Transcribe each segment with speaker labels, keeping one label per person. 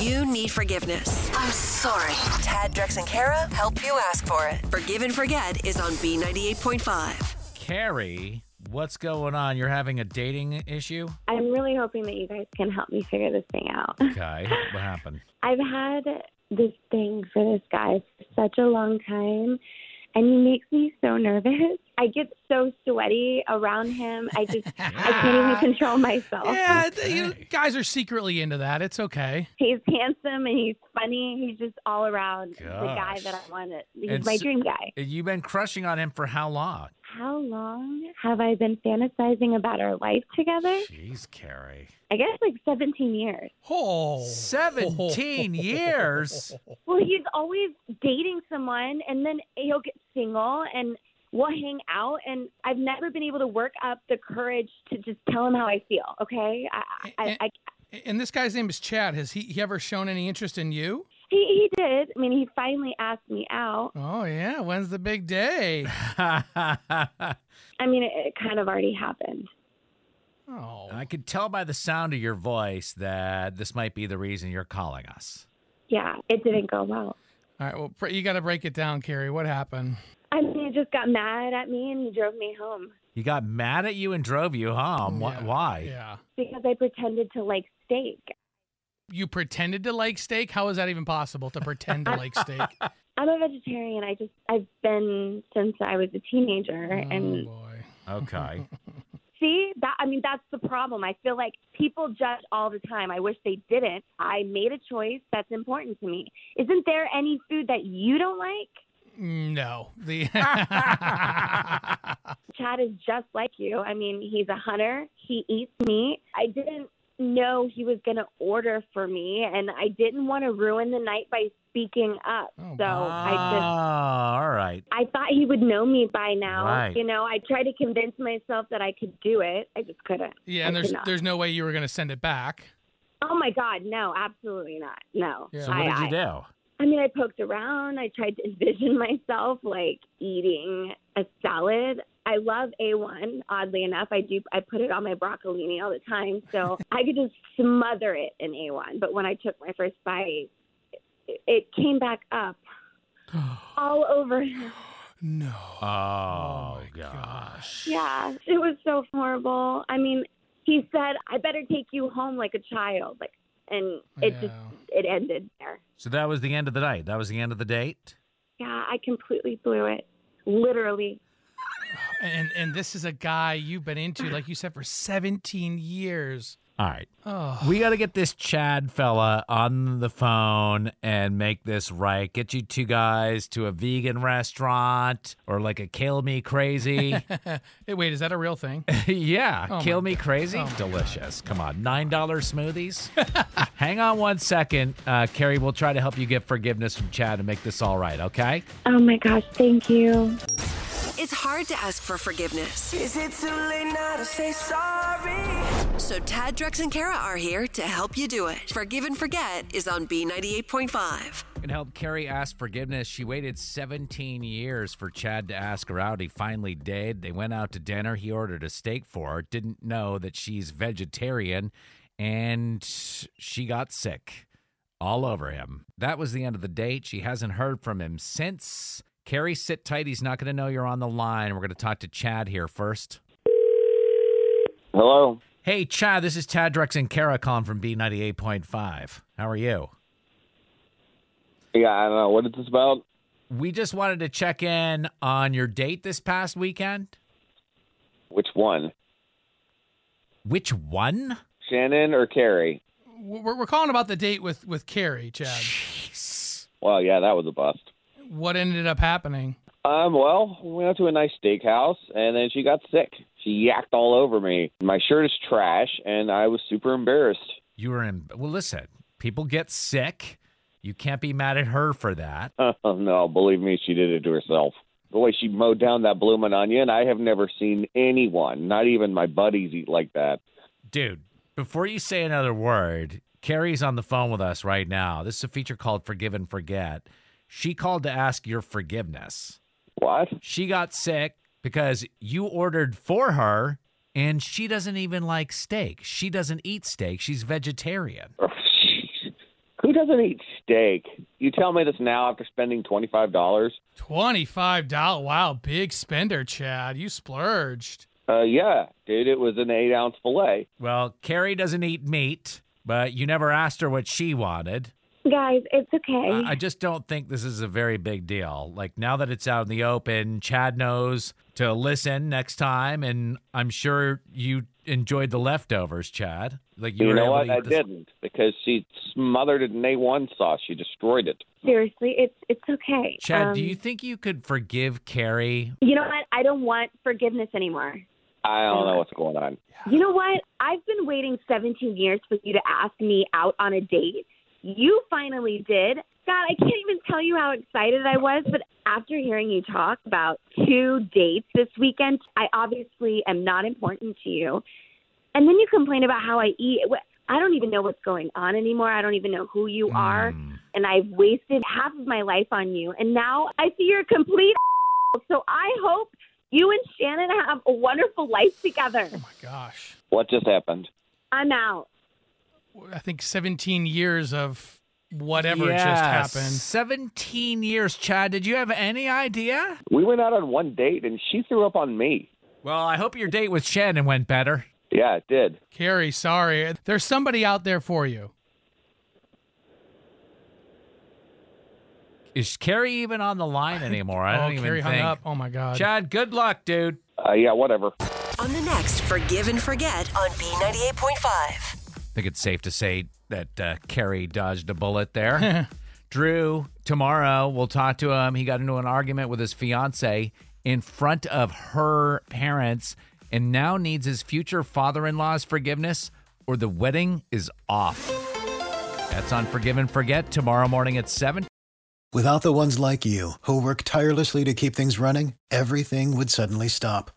Speaker 1: You need forgiveness.
Speaker 2: I'm sorry.
Speaker 1: Tad, Drex, and Kara help you ask for it. Forgive and Forget is on B98.5.
Speaker 3: Carrie, what's going on? You're having a dating issue?
Speaker 4: I'm really hoping that you guys can help me figure this thing out.
Speaker 3: Okay, what happened?
Speaker 4: I've had this thing for this guy for such a long time, and he makes me so nervous. I get so sweaty around him. I just, I can't even control myself.
Speaker 5: Yeah, th- you guys are secretly into that. It's okay.
Speaker 4: He's handsome and he's funny. He's just all around the guy
Speaker 3: Gosh.
Speaker 4: that I wanted. He's
Speaker 3: And
Speaker 4: my
Speaker 3: so-
Speaker 4: dream guy.
Speaker 3: You've been crushing on him for how long?
Speaker 4: How long have I been fantasizing about our life together?
Speaker 3: Jeez, Carrie.
Speaker 4: I guess like 17 years.
Speaker 5: Oh,
Speaker 3: 17 years?
Speaker 4: Well, he's always dating someone, and then he'll get single, and we'll hang out. And I've never been able to work up the courage to just tell him how I feel. Okay, I, I, I,
Speaker 5: And this guy's name is Chad. Has he, he ever shown any interest in you?
Speaker 4: he, he did. I mean, he finally asked me out.
Speaker 5: Oh yeah, when's the big day?
Speaker 3: I
Speaker 4: I mean, it, it kind of already happened.
Speaker 5: Oh,
Speaker 3: could tell by the sound of your voice that this might be the reason you're calling us.
Speaker 4: Yeah, it didn't go well.
Speaker 5: all right. Well, pr- you got to break it down, Carrie. What happened?
Speaker 4: I mean, he just got mad at me, and he drove me home
Speaker 3: He got mad at you and drove you home. Um, Wh-
Speaker 5: Oh, Yeah,
Speaker 3: Why?
Speaker 5: Yeah,
Speaker 4: because I pretended to like steak.
Speaker 5: you pretended to like steak. How is that even possible to pretend to like steak?
Speaker 4: I'm a vegetarian. I just I've been since I was a teenager,
Speaker 5: oh
Speaker 4: and
Speaker 5: boy.
Speaker 3: Okay.
Speaker 4: See, that I mean that's the problem. I feel like people judge all the time. I wish they didn't. I made a choice that's important to me. Isn't there any food that you don't like?
Speaker 5: No, the
Speaker 3: Ah,
Speaker 4: Chad is just like you. I mean, he's a hunter. He eats meat. I didn't know he was going to order for me and I didn't want to ruin the night by speaking up.
Speaker 5: Oh,
Speaker 4: so I just
Speaker 3: Ah, all right.
Speaker 4: I thought he would know me by now.
Speaker 3: Right.
Speaker 4: You know, I tried to convince myself that I could do it. I just couldn't.
Speaker 5: yeah,
Speaker 4: I
Speaker 5: and
Speaker 4: could
Speaker 5: there's
Speaker 4: not.
Speaker 5: there's no way you were gonna send it back.
Speaker 4: Oh my God, no, absolutely not. No.
Speaker 5: Yeah.
Speaker 3: So what did
Speaker 4: I-
Speaker 3: you do?
Speaker 4: I mean, I poked around. I tried to envision myself like eating a salad. I love A1. Oddly enough, I do. I put it on my broccolini all the time, so I could just smother it in A1. But when I took my first bite, it, it came back up all over. him.
Speaker 5: No.
Speaker 3: Oh,
Speaker 5: my
Speaker 3: gosh.
Speaker 4: Yeah, it was so horrible. I mean, he said, "I better take you home like a child," like, and it just
Speaker 5: Yeah.
Speaker 4: it ended there.
Speaker 3: So that was the end of the night. That was the end of the date.
Speaker 4: Yeah, I completely blew it. Literally,
Speaker 5: And and this is a guy you've been into, like you said, for 17 years.
Speaker 3: All right.
Speaker 5: Oh,
Speaker 3: We got to get this Chad fella on the phone and make this right. Get you two guys to a vegan restaurant or like a kill me crazy.
Speaker 5: Hey, wait, is that a real thing?
Speaker 3: yeah,
Speaker 5: Oh my
Speaker 3: kill me
Speaker 5: God.
Speaker 3: crazy.
Speaker 5: Oh my God.
Speaker 3: Delicious. Come on. $9 smoothies. Hang on one second. Uh, Carrie, we'll try to help you get forgiveness from Chad and make this all right, okay?
Speaker 4: Oh my gosh, thank you.
Speaker 1: It's hard to ask for forgiveness.
Speaker 2: Is it too late now to say sorry?
Speaker 1: So Tad, Drex, and Kara are here to help you do it. Forgive and Forget is on B98.5.
Speaker 3: It helped Carrie ask forgiveness. She waited 17 years for Chad to ask her out. He finally did. They went out to dinner. He ordered a steak for her, didn't know that she's vegetarian, and she got sick all over him. That was the end of the date. She hasn't heard from him since. Carrie, sit tight. He's not going to know you're on the line. We're going to talk to Chad here first.
Speaker 6: Hello.
Speaker 3: Hey, Chad, this is Tad Drex and Kara calling from B98.5. How are you?
Speaker 6: Yeah, I don't know. What is this about?
Speaker 3: We just wanted to check in on your date this past weekend.
Speaker 6: Which one?
Speaker 3: Which one?
Speaker 6: Shannon or Carrie?
Speaker 5: We're, we're calling about the date with with Carrie, Chad.
Speaker 3: Jeez.
Speaker 6: Well, yeah, that was a bust.
Speaker 5: What ended up happening?
Speaker 6: Um, well, we went out to a nice steakhouse, and then she got sick. She yacked all over me. My shirt is trash, and I was super embarrassed.
Speaker 3: You were in. Well, listen, People get sick. You can't be mad at her for that.
Speaker 6: Oh, no, believe me, she did it to herself. The way she mowed down that bloomin' onion, I have never seen anyone, not even my buddies, eat like that.
Speaker 3: Dude, before you say another word, Carrie's on the phone with us right now. This is a feature called Forgive and Forget. She called to ask your forgiveness.
Speaker 6: What?
Speaker 3: She got sick because you ordered for her and she doesn't even like steak. She doesn't eat steak. She's vegetarian.
Speaker 6: Who doesn't eat steak? You tell me this now after spending $25?
Speaker 5: Twenty-five dollar. Wow, big spender, Chad. You splurged.
Speaker 6: Uh, yeah, dude, it was an eight ounce filet.
Speaker 3: Well, Carrie doesn't eat meat, but you never asked her what she wanted.
Speaker 4: Guys, it's okay.
Speaker 3: I I just don't think this is a very big deal. Like now that it's out in the open, Chad knows to listen next time, and I'm sure you enjoyed the leftovers, Chad. Like you,
Speaker 6: You,
Speaker 3: were
Speaker 6: know
Speaker 3: able
Speaker 6: what?
Speaker 3: To eat
Speaker 6: I
Speaker 3: this-
Speaker 6: didn't because she smothered it in A1 sauce. She destroyed it.
Speaker 4: Seriously, it's it's okay.
Speaker 3: Chad, do
Speaker 4: Um,
Speaker 3: you think you could forgive Carrie?
Speaker 4: You know what? I don't want forgiveness anymore.
Speaker 6: I don't know what's going on.
Speaker 4: You know what? I've been waiting 17 years for you to ask me out on a date. You finally did. God, I can't even tell you how excited I was, but after hearing you talk about two dates this weekend, I obviously am not important to you. And then you complain about how I eat. Wh- I don't even know what's going on anymore. I don't even know who you are. And I've wasted half of my life on you. And now I see you're a complete. So I hope you and Shannon have a wonderful life together.
Speaker 5: Oh my gosh.
Speaker 6: What just happened?
Speaker 4: I'm out.
Speaker 5: I think seventeen years of whatever
Speaker 3: Yes,
Speaker 5: just happened.
Speaker 3: Seventeen years, Chad. Did you have any idea?
Speaker 6: We went out on one date and she threw up on me.
Speaker 3: Well, I hope your date with Shannon went better.
Speaker 6: Yeah, it did.
Speaker 5: Carrie, sorry. There's somebody out there for you.
Speaker 3: Is Carrie even on the line anymore? I don't
Speaker 5: oh,
Speaker 3: even
Speaker 5: Carrie
Speaker 3: think.
Speaker 5: hung up. Oh my god.
Speaker 3: Chad, good luck, dude.
Speaker 6: Uh, yeah, whatever.
Speaker 1: On the next Forgive and Forget on B98.5.
Speaker 3: I think it's safe to say that uh, Kerry dodged a bullet there. Drew, tomorrow we'll talk to him. He got into an argument with his fiance in front of her parents and now needs his future father in law's forgiveness or the wedding is off. That's on Forgive and Forget tomorrow morning at 7.
Speaker 7: Without the ones like you, who work tirelessly to keep things running, everything would suddenly stop.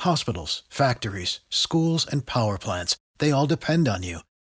Speaker 7: Hospitals, factories, schools, and power plants, they all depend on you.